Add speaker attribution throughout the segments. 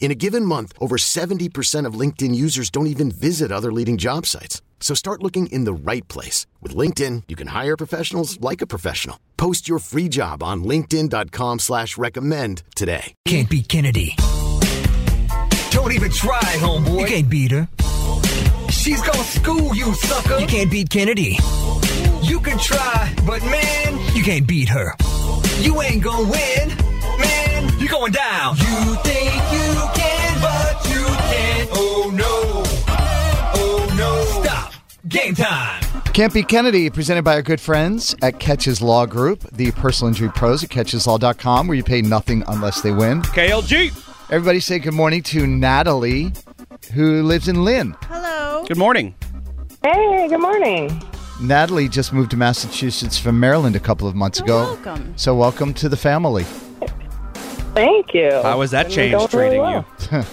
Speaker 1: In a given month, over 70% of LinkedIn users don't even visit other leading job sites. So start looking in the right place. With LinkedIn, you can hire professionals like a professional. Post your free job on linkedin.com slash recommend today.
Speaker 2: Can't beat Kennedy.
Speaker 3: Don't even try,
Speaker 2: You
Speaker 3: homeboy.
Speaker 2: can't beat her.
Speaker 3: She's gonna school you, sucker.
Speaker 2: You can't beat Kennedy.
Speaker 3: You can try, but man,
Speaker 2: You can't beat her.
Speaker 3: you ain't gonna win. Man, you're going down. You think you can, but you can't. Oh no. Oh no. Stop. Game time.
Speaker 4: Can't Be Kennedy, presented by our good friends at Catches Law Group, the personal injury pros at catcheslaw.com, where you pay nothing unless they win.
Speaker 5: KLG.
Speaker 4: Everybody say good morning to Natalie, who lives in Lynn.
Speaker 5: Good morning.
Speaker 6: Hey, good morning.
Speaker 4: Natalie just moved to Massachusetts from Maryland a couple of months ago. Welcome. So, welcome to the family.
Speaker 6: Thank you.
Speaker 5: How has that
Speaker 6: Been
Speaker 5: change
Speaker 6: going
Speaker 5: treating
Speaker 6: well.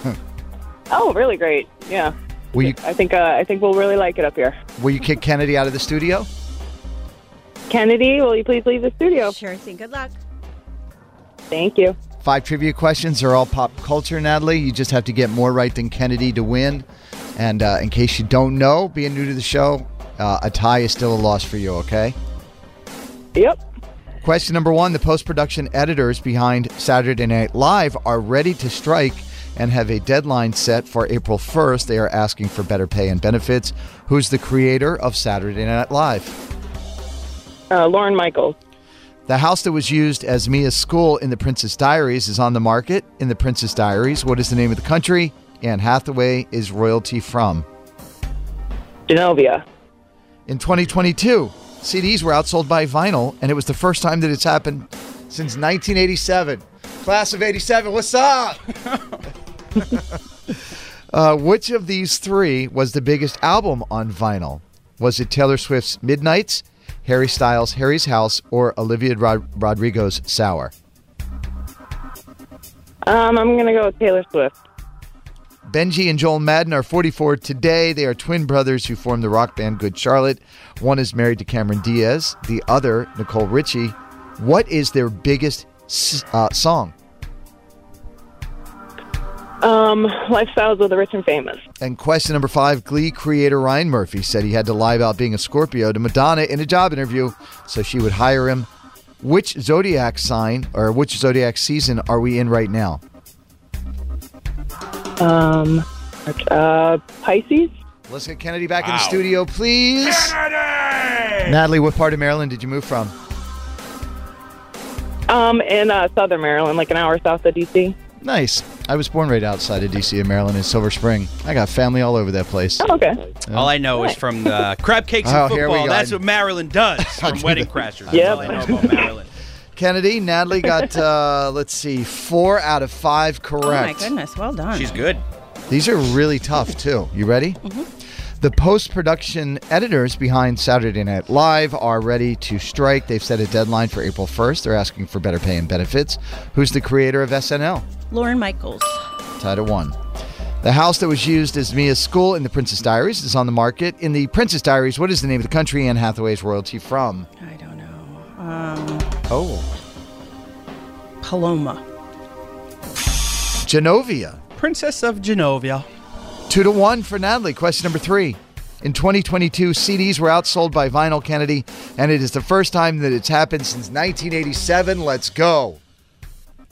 Speaker 6: Oh, really great. Yeah,
Speaker 4: Will you,
Speaker 6: I think uh, I think we'll really like it up here.
Speaker 4: will you kick Kennedy out of the studio?
Speaker 6: Kennedy, will you please leave the studio?
Speaker 7: Sure thing. Good luck.
Speaker 6: Thank you.
Speaker 4: Five trivia questions are all pop culture, Natalie. You just have to get more right than Kennedy to win. And uh, in case you don't know, being new to the show, uh, a tie is still a loss for you, okay?
Speaker 6: Yep.
Speaker 4: Question number one The post production editors behind Saturday Night Live are ready to strike and have a deadline set for April 1st. They are asking for better pay and benefits. Who's the creator of Saturday Night Live?
Speaker 6: Uh, Lauren Michaels.
Speaker 4: The house that was used as Mia's school in The Princess Diaries is on the market in The Princess Diaries. What is the name of the country Anne Hathaway is royalty from?
Speaker 6: Genovia.
Speaker 4: In 2022, CDs were outsold by vinyl, and it was the first time that it's happened since 1987. Class of 87, what's up? uh, which of these three was the biggest album on vinyl? Was it Taylor Swift's Midnights, Harry Styles' Harry's House, or Olivia Rod- Rodrigo's Sour?
Speaker 6: Um, I'm gonna go with Taylor Swift.
Speaker 4: Benji and Joel Madden are 44 today. They are twin brothers who formed the rock band Good Charlotte. One is married to Cameron Diaz, the other, Nicole Richie. What is their biggest s- uh, song?
Speaker 6: Um, lifestyles of the rich and famous.
Speaker 4: And question number five Glee creator Ryan Murphy said he had to lie about being a Scorpio to Madonna in a job interview so she would hire him. Which zodiac sign or which zodiac season are we in right now?
Speaker 6: Um, uh, Pisces.
Speaker 4: Let's get Kennedy back in the
Speaker 5: Wow.
Speaker 4: studio, please. Natalie, what part of Maryland did you move from?
Speaker 6: Um, in uh, Southern Maryland, like an hour south of DC.
Speaker 4: Nice. I was born right outside of D.C. in Maryland in Silver Spring. I got family all over that place.
Speaker 6: Oh, okay.
Speaker 5: All I know is from the crab cakes and
Speaker 4: Oh, here we
Speaker 5: football.
Speaker 4: go.
Speaker 5: That's what Maryland does from
Speaker 4: do
Speaker 5: Wedding
Speaker 4: that.
Speaker 5: Crashers. That's
Speaker 6: Yep.
Speaker 5: all I know about Maryland.
Speaker 4: Kennedy, Natalie got, uh, let's see, four out of five correct.
Speaker 7: Oh my goodness. Well done.
Speaker 5: She's good.
Speaker 4: These are really tough, too. You ready?
Speaker 7: Mm-hmm.
Speaker 4: The post production editors behind Saturday Night Live are ready to strike. They've set a deadline for April 1st. They're asking for better pay and benefits. Who's the creator of SNL?
Speaker 7: Lauren Michaels.
Speaker 4: Title one. The house that was used as Mia's school in The Princess Diaries is on the market. In The Princess Diaries, what is the name of the country Anne Hathaway's royalty from?
Speaker 7: I don't know. Um,
Speaker 4: Oh.
Speaker 7: Paloma.
Speaker 4: Genovia.
Speaker 5: Princess of Genovia.
Speaker 4: Two to one for Natalie. Question number three. In 2022, CDs were outsold by vinyl Kennedy, and it is the first time that it's happened since 1987. Let's go.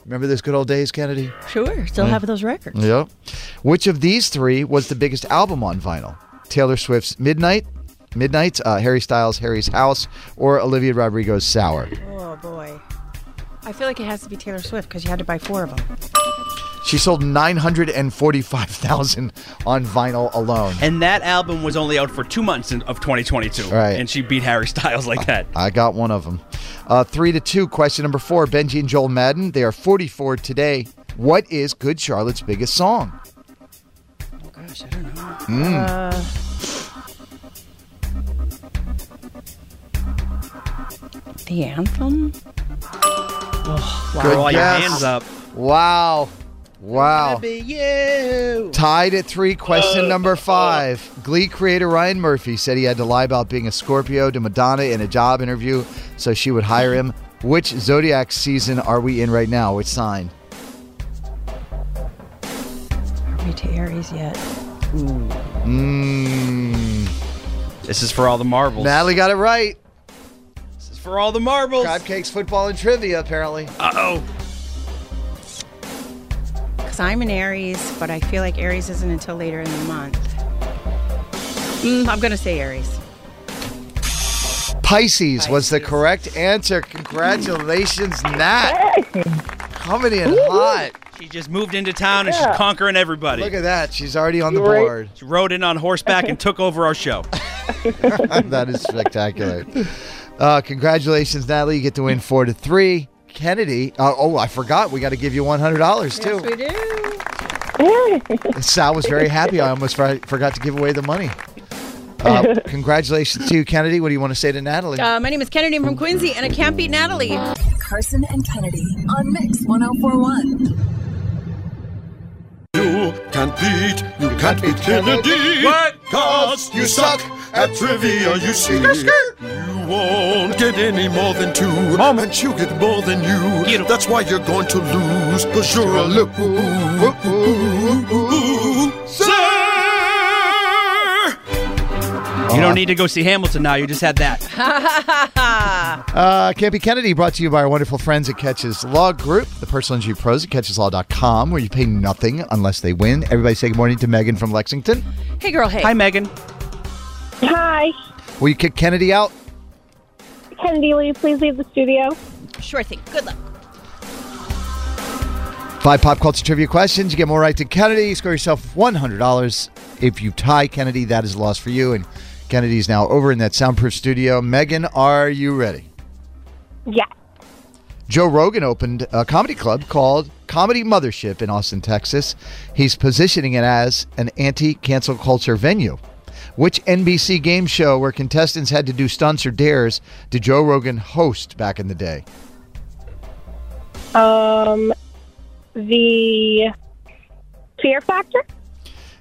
Speaker 4: Remember those good old days, Kennedy?
Speaker 7: Sure. Still have those records.
Speaker 4: Yep. Which of these three was the biggest album on vinyl? Taylor Swift's Midnight, Midnight's, uh, Harry Styles' Harry's House, or Olivia Rodrigo's Sour.
Speaker 7: Oh boy. I feel like it has to be Taylor Swift because you had to buy four of them.
Speaker 4: She sold 945,000 on vinyl alone.
Speaker 5: And that album was only out for two months in, of 2022.
Speaker 4: Right.
Speaker 5: And she beat Harry Styles like that.
Speaker 4: I got one of them. Uh, three to two. Question number four Benji and Joel Madden. They are 44 today. What is Good Charlotte's biggest song?
Speaker 5: Oh, gosh, I don't know.
Speaker 7: Mm. Uh, The anthem?
Speaker 5: Throw all
Speaker 4: guess.
Speaker 5: your hands up.
Speaker 4: Wow. Wow. Tied at three. Question number five. Glee creator Ryan Murphy said he had to lie about being a Scorpio to Madonna in a job interview so she would hire him. Which zodiac season are we in right now? Which sign?
Speaker 7: Are we to Aries yet?
Speaker 5: This is for all the marbles.
Speaker 4: Mm. Natalie got it right.
Speaker 5: This is for all the marbles.
Speaker 4: Crab cakes, football, and trivia, apparently.
Speaker 7: Because I'm an Aries, but I feel like Aries isn't until later in the month. Mm, I'm going to say Aries.
Speaker 4: Pisces was the correct answer. Congratulations, Nat. Coming in hot.
Speaker 5: She just moved into town and she's conquering everybody.
Speaker 4: Look at that. She's already on the
Speaker 6: You right?
Speaker 4: board.
Speaker 5: She rode in on horseback and took over our show.
Speaker 4: that is spectacular. Uh, congratulations, Natalie. You get to win four to three. Kennedy. Uh, oh, I forgot. We got to give you one hundred dollars too.
Speaker 7: do.
Speaker 4: Sal was very happy. I almost for- forgot to give away the money. Uh, congratulations to you, Kennedy. What do you want to say to Natalie?
Speaker 7: Uh, my name is Kennedy. I'm from Quincy, and I can't beat Natalie.
Speaker 8: Carson and Kennedy on Mix 1041.
Speaker 9: You can't beat, you can't beat Kennedy. What? Cause you suck at trivia, you see. You won't get any more than two. Mom. And you get more than you.
Speaker 5: Get 'em.
Speaker 9: That's why you're going to lose. Cause you're a loser.
Speaker 5: You don't need to go see Hamilton now. You just had that.
Speaker 4: Uh, Campy Kennedy brought to you by our wonderful friends at Catches Law Group, the personal injury pros at catcheslaw.com, where you pay nothing unless they win. Everybody say good morning to Megan from Lexington.
Speaker 7: Hey, girl. Hey.
Speaker 5: Hi, Megan.
Speaker 6: Hi.
Speaker 4: Will you kick Kennedy out?
Speaker 6: Kennedy, will you please leave the studio?
Speaker 7: Sure thing. Good luck.
Speaker 4: Five pop culture trivia questions. You get more right than Kennedy. You score yourself $100. If you tie Kennedy, that is a loss for you. And Kennedy is now over in that soundproof studio. Megan, are you ready?
Speaker 6: Yeah.
Speaker 4: Joe Rogan opened a comedy club called Comedy Mothership in Austin, Texas. He's positioning it as an anti cancel culture venue. Which NBC game show where contestants had to do stunts or dares did Joe Rogan host back in the day?
Speaker 6: Um, the Fear Factor?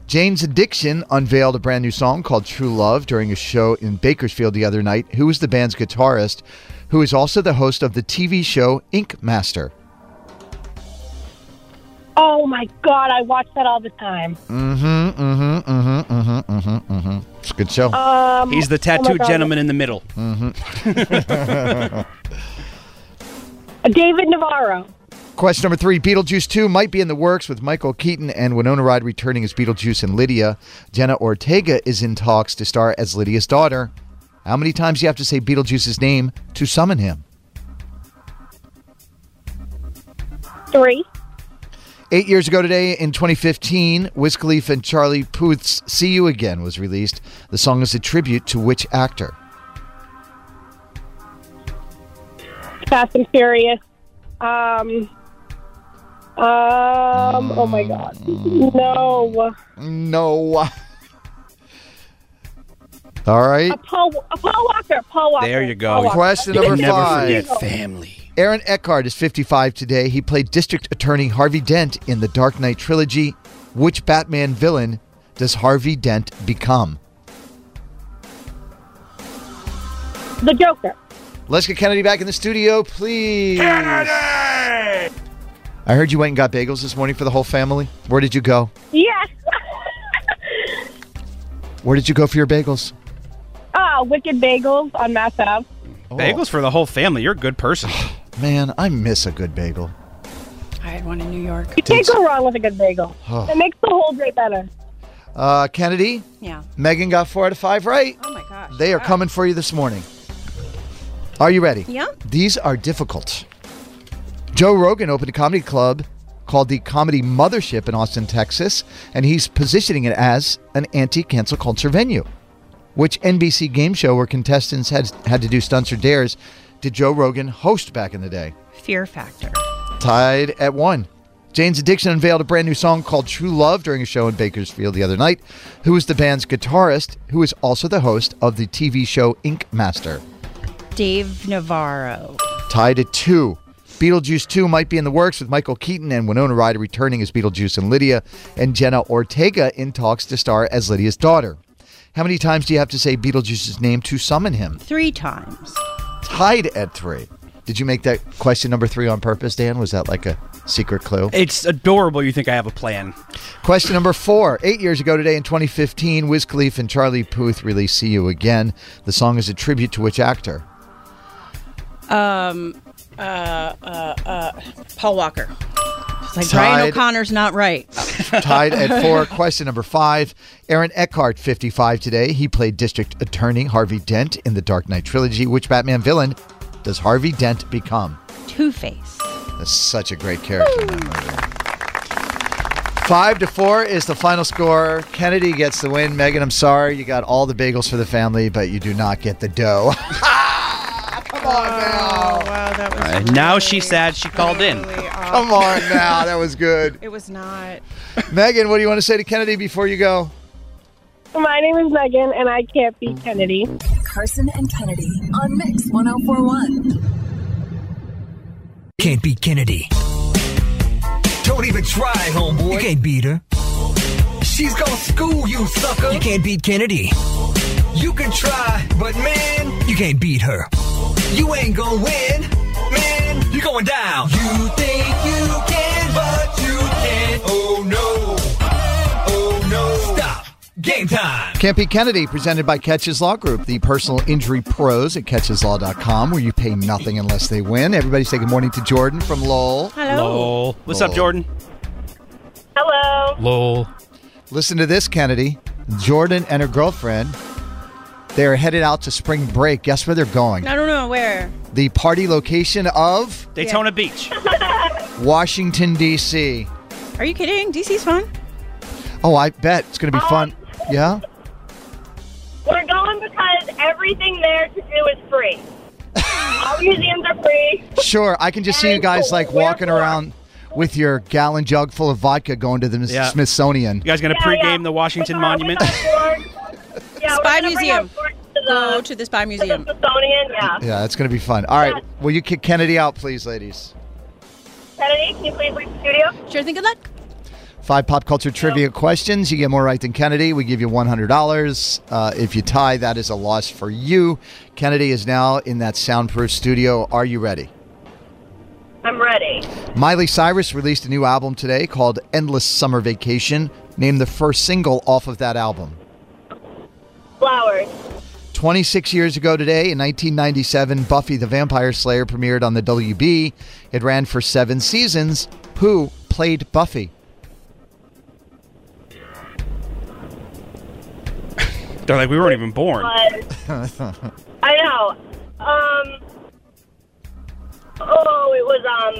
Speaker 4: Jane's Addiction unveiled a brand new song called True Love during a show in Bakersfield the other night. Who is the band's guitarist, who is also the host of the TV show Ink Master?
Speaker 6: Oh my God, I watch that all the time.
Speaker 4: Mm-hmm, mm-hmm, mm-hmm, mm-hmm, mm-hmm, mm-hmm. It's a good show.
Speaker 6: Um,
Speaker 5: He's the
Speaker 6: oh my
Speaker 5: tattooed
Speaker 6: God.
Speaker 5: gentleman in the middle.
Speaker 6: David Navarro.
Speaker 4: Question number three Beetlejuice 2 might be in the works with Michael Keaton and Winona Ryde returning as Beetlejuice and Lydia. Jenna Ortega is in talks to star as Lydia's daughter. How many times do you have to say Beetlejuice's name to summon him?
Speaker 6: Three.
Speaker 4: Eight years ago today, in 2015, Wiz Khalifa and Charlie Puth's See You Again was released. The song is a tribute to which actor?
Speaker 6: Fast and Furious. Um, um, oh my God. No.
Speaker 4: No. All right.
Speaker 6: Uh, Paul, Paul Walker. Paul Walker.
Speaker 5: There you go.
Speaker 6: Paul Walker.
Speaker 4: Question number five.
Speaker 5: family.
Speaker 4: Aaron Eckhart is 55 today. He played District Attorney Harvey Dent in the Dark Knight trilogy. Which Batman villain does Harvey Dent become?
Speaker 6: The Joker.
Speaker 4: Let's get Kennedy back in the studio, please. Kennedy! I heard you went and got bagels this morning for the whole family. Where did you go?
Speaker 6: Yes.
Speaker 4: Where did you go for your bagels?
Speaker 6: oh, Wicked Bagels on Mass Ave.
Speaker 5: Oh, Bagels for the whole family. You're a good person.
Speaker 4: Man, I miss a good bagel.
Speaker 7: I had one in New York.
Speaker 6: You can't go wrong with a good bagel. It makes the whole day better.
Speaker 4: Uh, Kennedy?
Speaker 7: Yeah.
Speaker 4: Megan got four out of five right.
Speaker 7: Oh my gosh.
Speaker 4: They are coming for you this morning. Are you ready?
Speaker 7: Yeah.
Speaker 4: These are difficult. Joe Rogan opened a comedy club called the Comedy Mothership in Austin, Texas, and he's positioning it as an anti cancel culture venue, which NBC game show where contestants had, had to do stunts or dares did Joe Rogan host back in the day.
Speaker 7: Fear factor.
Speaker 4: Tied at one. Jane's Addiction unveiled a brand new song called True Love during a show in Bakersfield the other night. Who is the band's guitarist, who is also the host of the TV show Ink Master.
Speaker 7: Dave Navarro.
Speaker 4: Tied at two. Beetlejuice 2 might be in the works with Michael Keaton and Winona Ryder returning as Beetlejuice and Lydia, and Jenna Ortega in talks to star as Lydia's daughter. How many times do you have to say Beetlejuice's name to summon him?
Speaker 7: Three times.
Speaker 4: Tied at three. Did you make that question number three on purpose, Dan? Was that like a secret clue?
Speaker 5: It's adorable. You think I have a plan?
Speaker 4: Question number four. Eight years ago today in 2015, Wiz Khalifa and Charlie Puth released See You Again. The song is a tribute to which actor?
Speaker 7: Um, uh, uh, uh, Paul Walker. It's like Brian
Speaker 4: Tied-
Speaker 7: O'Connor's not right.
Speaker 4: Tied at four. Question number five. Aaron Eckhart, 55 today. He played District Attorney Harvey Dent in the Dark Knight trilogy. Which Batman villain does Harvey Dent become?
Speaker 7: Two Face.
Speaker 4: That's such a great character. in that movie. Five to four is the final score. Kennedy gets the win. Megan, I'm sorry you got all the bagels for the family, but you do not get the dough. Come on now.
Speaker 7: wow, that was.
Speaker 5: All right, now she's sad she called in.
Speaker 4: Come on now. That was good.
Speaker 7: It was not.
Speaker 4: Megan, what do you want to say to Kennedy before you go?
Speaker 6: My name is Megan, and I can't be Kennedy.
Speaker 8: Carson and Kennedy on Mix 1041.
Speaker 2: Can't beat Kennedy.
Speaker 3: Don't even try,
Speaker 2: You
Speaker 3: homeboy.
Speaker 2: can't beat her.
Speaker 3: She's gonna school you, sucker.
Speaker 2: You can't beat Kennedy.
Speaker 3: You can try, but man,
Speaker 2: You can't beat her.
Speaker 3: you ain't gonna win. Man, you're going down. You think you can, but you can't. Oh no. Oh no. Stop. Game time.
Speaker 4: Can't be Kennedy, presented by Catches Law Group, the personal injury pros at catcheslaw.com, where you pay nothing unless they win. Everybody say good morning to Jordan from Lowell.
Speaker 7: Hello.
Speaker 5: Lol. What's up, Jordan?
Speaker 6: Hello.
Speaker 5: Lol.
Speaker 4: Listen to this, Kennedy. Jordan and her girlfriend, they are headed out to spring break. Guess where they're going?
Speaker 7: I don't know where.
Speaker 4: The party location of
Speaker 5: Daytona Beach.
Speaker 4: Washington, D.C.
Speaker 7: Are you kidding? DC's fun.
Speaker 4: Oh, I bet it's going to be fun. Yeah?
Speaker 10: We're going because everything there to do is free. All museums are free.
Speaker 4: Sure, I can just see you guys like walking around with your gallon jug full of vodka going to the
Speaker 5: Yeah.
Speaker 4: Smithsonian.
Speaker 5: You guys gonna
Speaker 10: Yeah,
Speaker 5: pregame
Speaker 10: yeah.
Speaker 5: the Washington
Speaker 10: We're going-
Speaker 5: Monument?
Speaker 10: we're going forward. yeah,
Speaker 7: Spy
Speaker 10: we're gonna bring
Speaker 7: Museum.
Speaker 10: our forward to the-
Speaker 7: Go to the Spy
Speaker 10: to the
Speaker 7: Museum.
Speaker 10: Smithsonian, yeah.
Speaker 4: Yeah, that's going to be fun. All right, will you kick Kennedy out, please, ladies?
Speaker 10: Kennedy, can you please leave the studio?
Speaker 7: Sure thing. Good luck.
Speaker 4: Five pop culture trivia questions. You get more right than Kennedy. We give you $100. Uh, if you tie, that is a loss for you. Kennedy is now in that soundproof studio. Are you ready?
Speaker 10: I'm ready.
Speaker 4: Miley Cyrus released a new album today called Endless Summer Vacation. Name the first single off of that album.
Speaker 10: Flowers.
Speaker 4: 26 years ago today, in 1997, Buffy the Vampire Slayer premiered on the WB. It ran for seven seasons. Who played Buffy?
Speaker 5: They're like, we weren't even born.
Speaker 10: But I know. Um. Oh, it was um.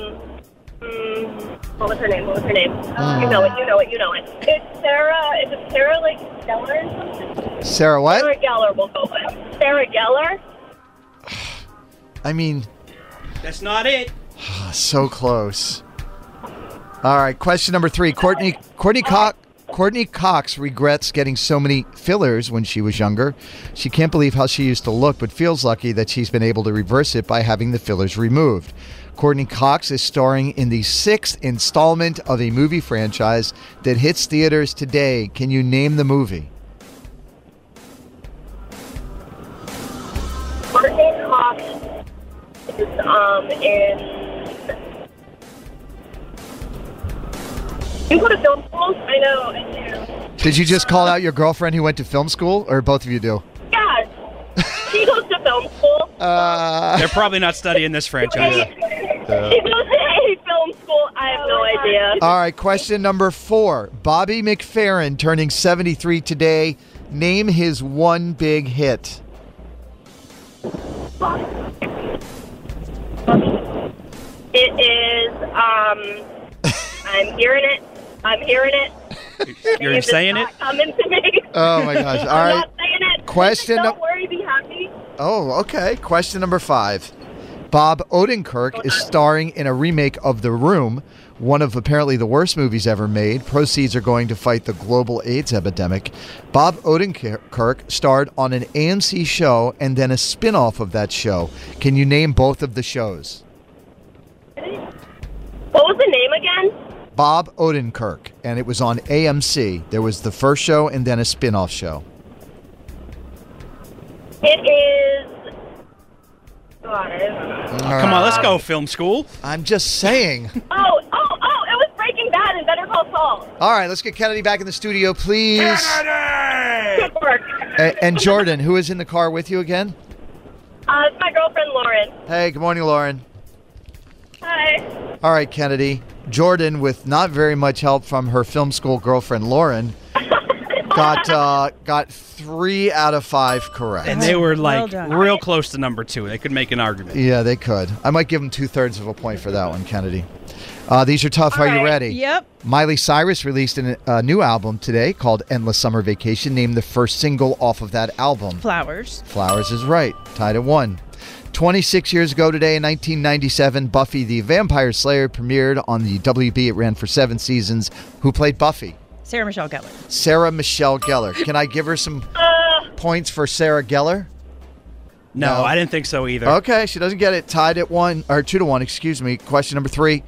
Speaker 10: mm, What was her name? What was her name? You know it. You know it. You know it. It's Sarah. Is it Sarah like Geller or something?
Speaker 4: Sarah, what?
Speaker 10: Sarah Geller. We'll go with Sarah Geller.
Speaker 4: I mean, uh,
Speaker 5: That's not it.
Speaker 4: so close. All right, question number three. Courtney Courtney Cox Courtney Cox regrets getting so many fillers when she was younger. She can't believe how she used to look, but feels lucky that she's been able to reverse it by having the fillers removed. Courtney Cox is starring in the sixth installment of a movie franchise that hits theaters today. Can you name the movie?
Speaker 10: Courtney Cox is um in. You go to film schools? I know. I do.
Speaker 4: Did you just call out your girlfriend who went to film school, or both of you do?
Speaker 10: Yeah. She goes to film school.
Speaker 4: Uh,
Speaker 5: They're probably not studying this franchise.
Speaker 10: Hey, She goes to A film school. I have no idea.
Speaker 4: All right, question number four. Bobby McFerrin turning 73 today. Name his one big hit.
Speaker 10: It is. Um, I'm hearing it. I'm hearing it.
Speaker 5: You're
Speaker 10: It's
Speaker 5: saying
Speaker 10: not
Speaker 5: it?
Speaker 10: Coming to me.
Speaker 4: Oh, my gosh. All
Speaker 10: I'm
Speaker 4: right.
Speaker 10: Not saying it.
Speaker 4: Question
Speaker 10: Don't
Speaker 4: num-
Speaker 10: worry. Be happy.
Speaker 4: Oh, okay. Question number five. Bob Odenkirk is starring in a remake of The Room, one of apparently the worst movies ever made. Proceeds are going to fight the global AIDS epidemic. Bob Odenkirk starred on an AMC show and then a spin off of that show. Can you name both of the shows?
Speaker 10: What was the name again?
Speaker 4: Bob Odenkirk, and it was on AMC. There was the first show and then a spin off show.
Speaker 10: It is. God, I don't know.
Speaker 5: Come on, let's go, film school.
Speaker 4: I'm just saying.
Speaker 10: Oh, oh, oh! It was Breaking Bad and Better Call Saul.
Speaker 4: All right, let's get Kennedy back in the studio, please.
Speaker 10: Good work.
Speaker 4: A- and Jordan, who is in the car with you again?
Speaker 10: Uh, it's my girlfriend Lauren.
Speaker 4: Hey, good morning, Lauren.
Speaker 10: Hi.
Speaker 4: All right, Kennedy. Jordan, with not very much help from her film school girlfriend Lauren, got uh, got three out of five correct.
Speaker 5: And they were
Speaker 7: Well
Speaker 5: like
Speaker 7: done.
Speaker 5: real close to number two. They could make an argument.
Speaker 4: yeah, they could. I might give them two thirds of a point for that one, Kennedy. Uh, these are tough. are you
Speaker 10: right.
Speaker 4: ready?
Speaker 7: Yep.
Speaker 4: Miley Cyrus released an, a new album today called "Endless Summer Vacation." Named the first single off of that album.
Speaker 7: Flowers.
Speaker 4: Flowers is right, tied at one. 26 years ago today, in 1997, Buffy the Vampire Slayer premiered on the WB. It ran for seven seasons. Who played Buffy?
Speaker 7: Sarah Michelle Gellar.
Speaker 4: Sarah Michelle Gellar. Can I give her some points for Sarah Gellar?
Speaker 5: No,
Speaker 4: No.
Speaker 5: I didn't think so either.
Speaker 4: Okay, she doesn't get it. Tied at one or two to one. Excuse me. Question number three.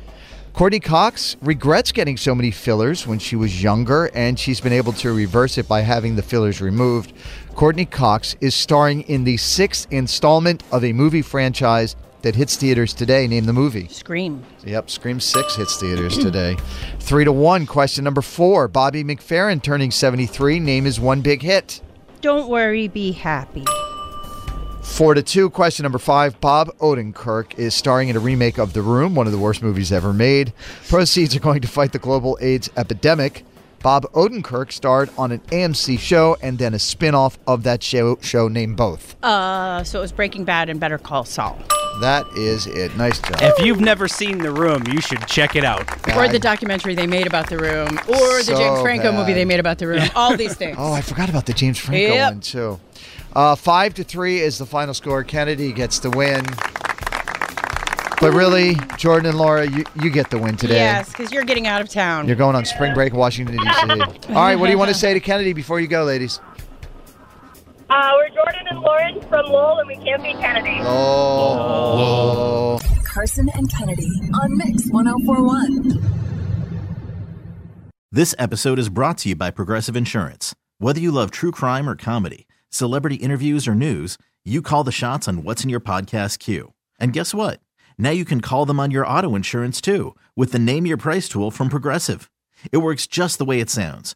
Speaker 4: Courtney Cox regrets getting so many fillers when she was younger, and she's been able to reverse it by having the fillers removed. Courtney Cox is starring in the sixth installment of a movie franchise that hits theaters today. Name the movie.
Speaker 7: Scream.
Speaker 4: Yep, Scream 6 hits theaters today. Three to one. Question number four. Bobby McFerrin turning 73. Name is one big hit.
Speaker 7: Don't worry, be happy.
Speaker 4: Four to two. Question number five. Bob Odenkirk is starring in a remake of The Room, one of the worst movies ever made. Proceeds are going to fight the global AIDS epidemic. Bob Odenkirk starred on an AMC show and then a spin-off of that show, show named both.
Speaker 7: Uh, so it was Breaking Bad and Better Call Saul.
Speaker 4: That is it. Nice job.
Speaker 5: If you've never seen The Room, you should check it out.
Speaker 7: Or the documentary they made about the room, or the
Speaker 4: So
Speaker 7: James Franco movie
Speaker 4: bad.
Speaker 7: they made about the room. All these things.
Speaker 4: Oh, I forgot about the James Franco
Speaker 7: Yep.
Speaker 4: one too. Uh, five to three is the final score. Kennedy gets the win. But really, Jordan and Laura, you, you get the win today.
Speaker 7: yes, because you're getting out of town.
Speaker 4: You're going on spring break, Washington D.C. All right, what do you want to say to Kennedy before you go, ladies?
Speaker 10: Uh, we're Jordan and Lauren from Lowell, and we can't be Kennedy.
Speaker 4: Oh,
Speaker 8: Carson and Kennedy on Mix 1041.
Speaker 11: This episode is brought to you by Progressive Insurance. Whether you love true crime or comedy, celebrity interviews or news, you call the shots on what's in your podcast queue. And guess what? Now you can call them on your auto insurance too with the Name Your Price tool from Progressive. It works just the way it sounds.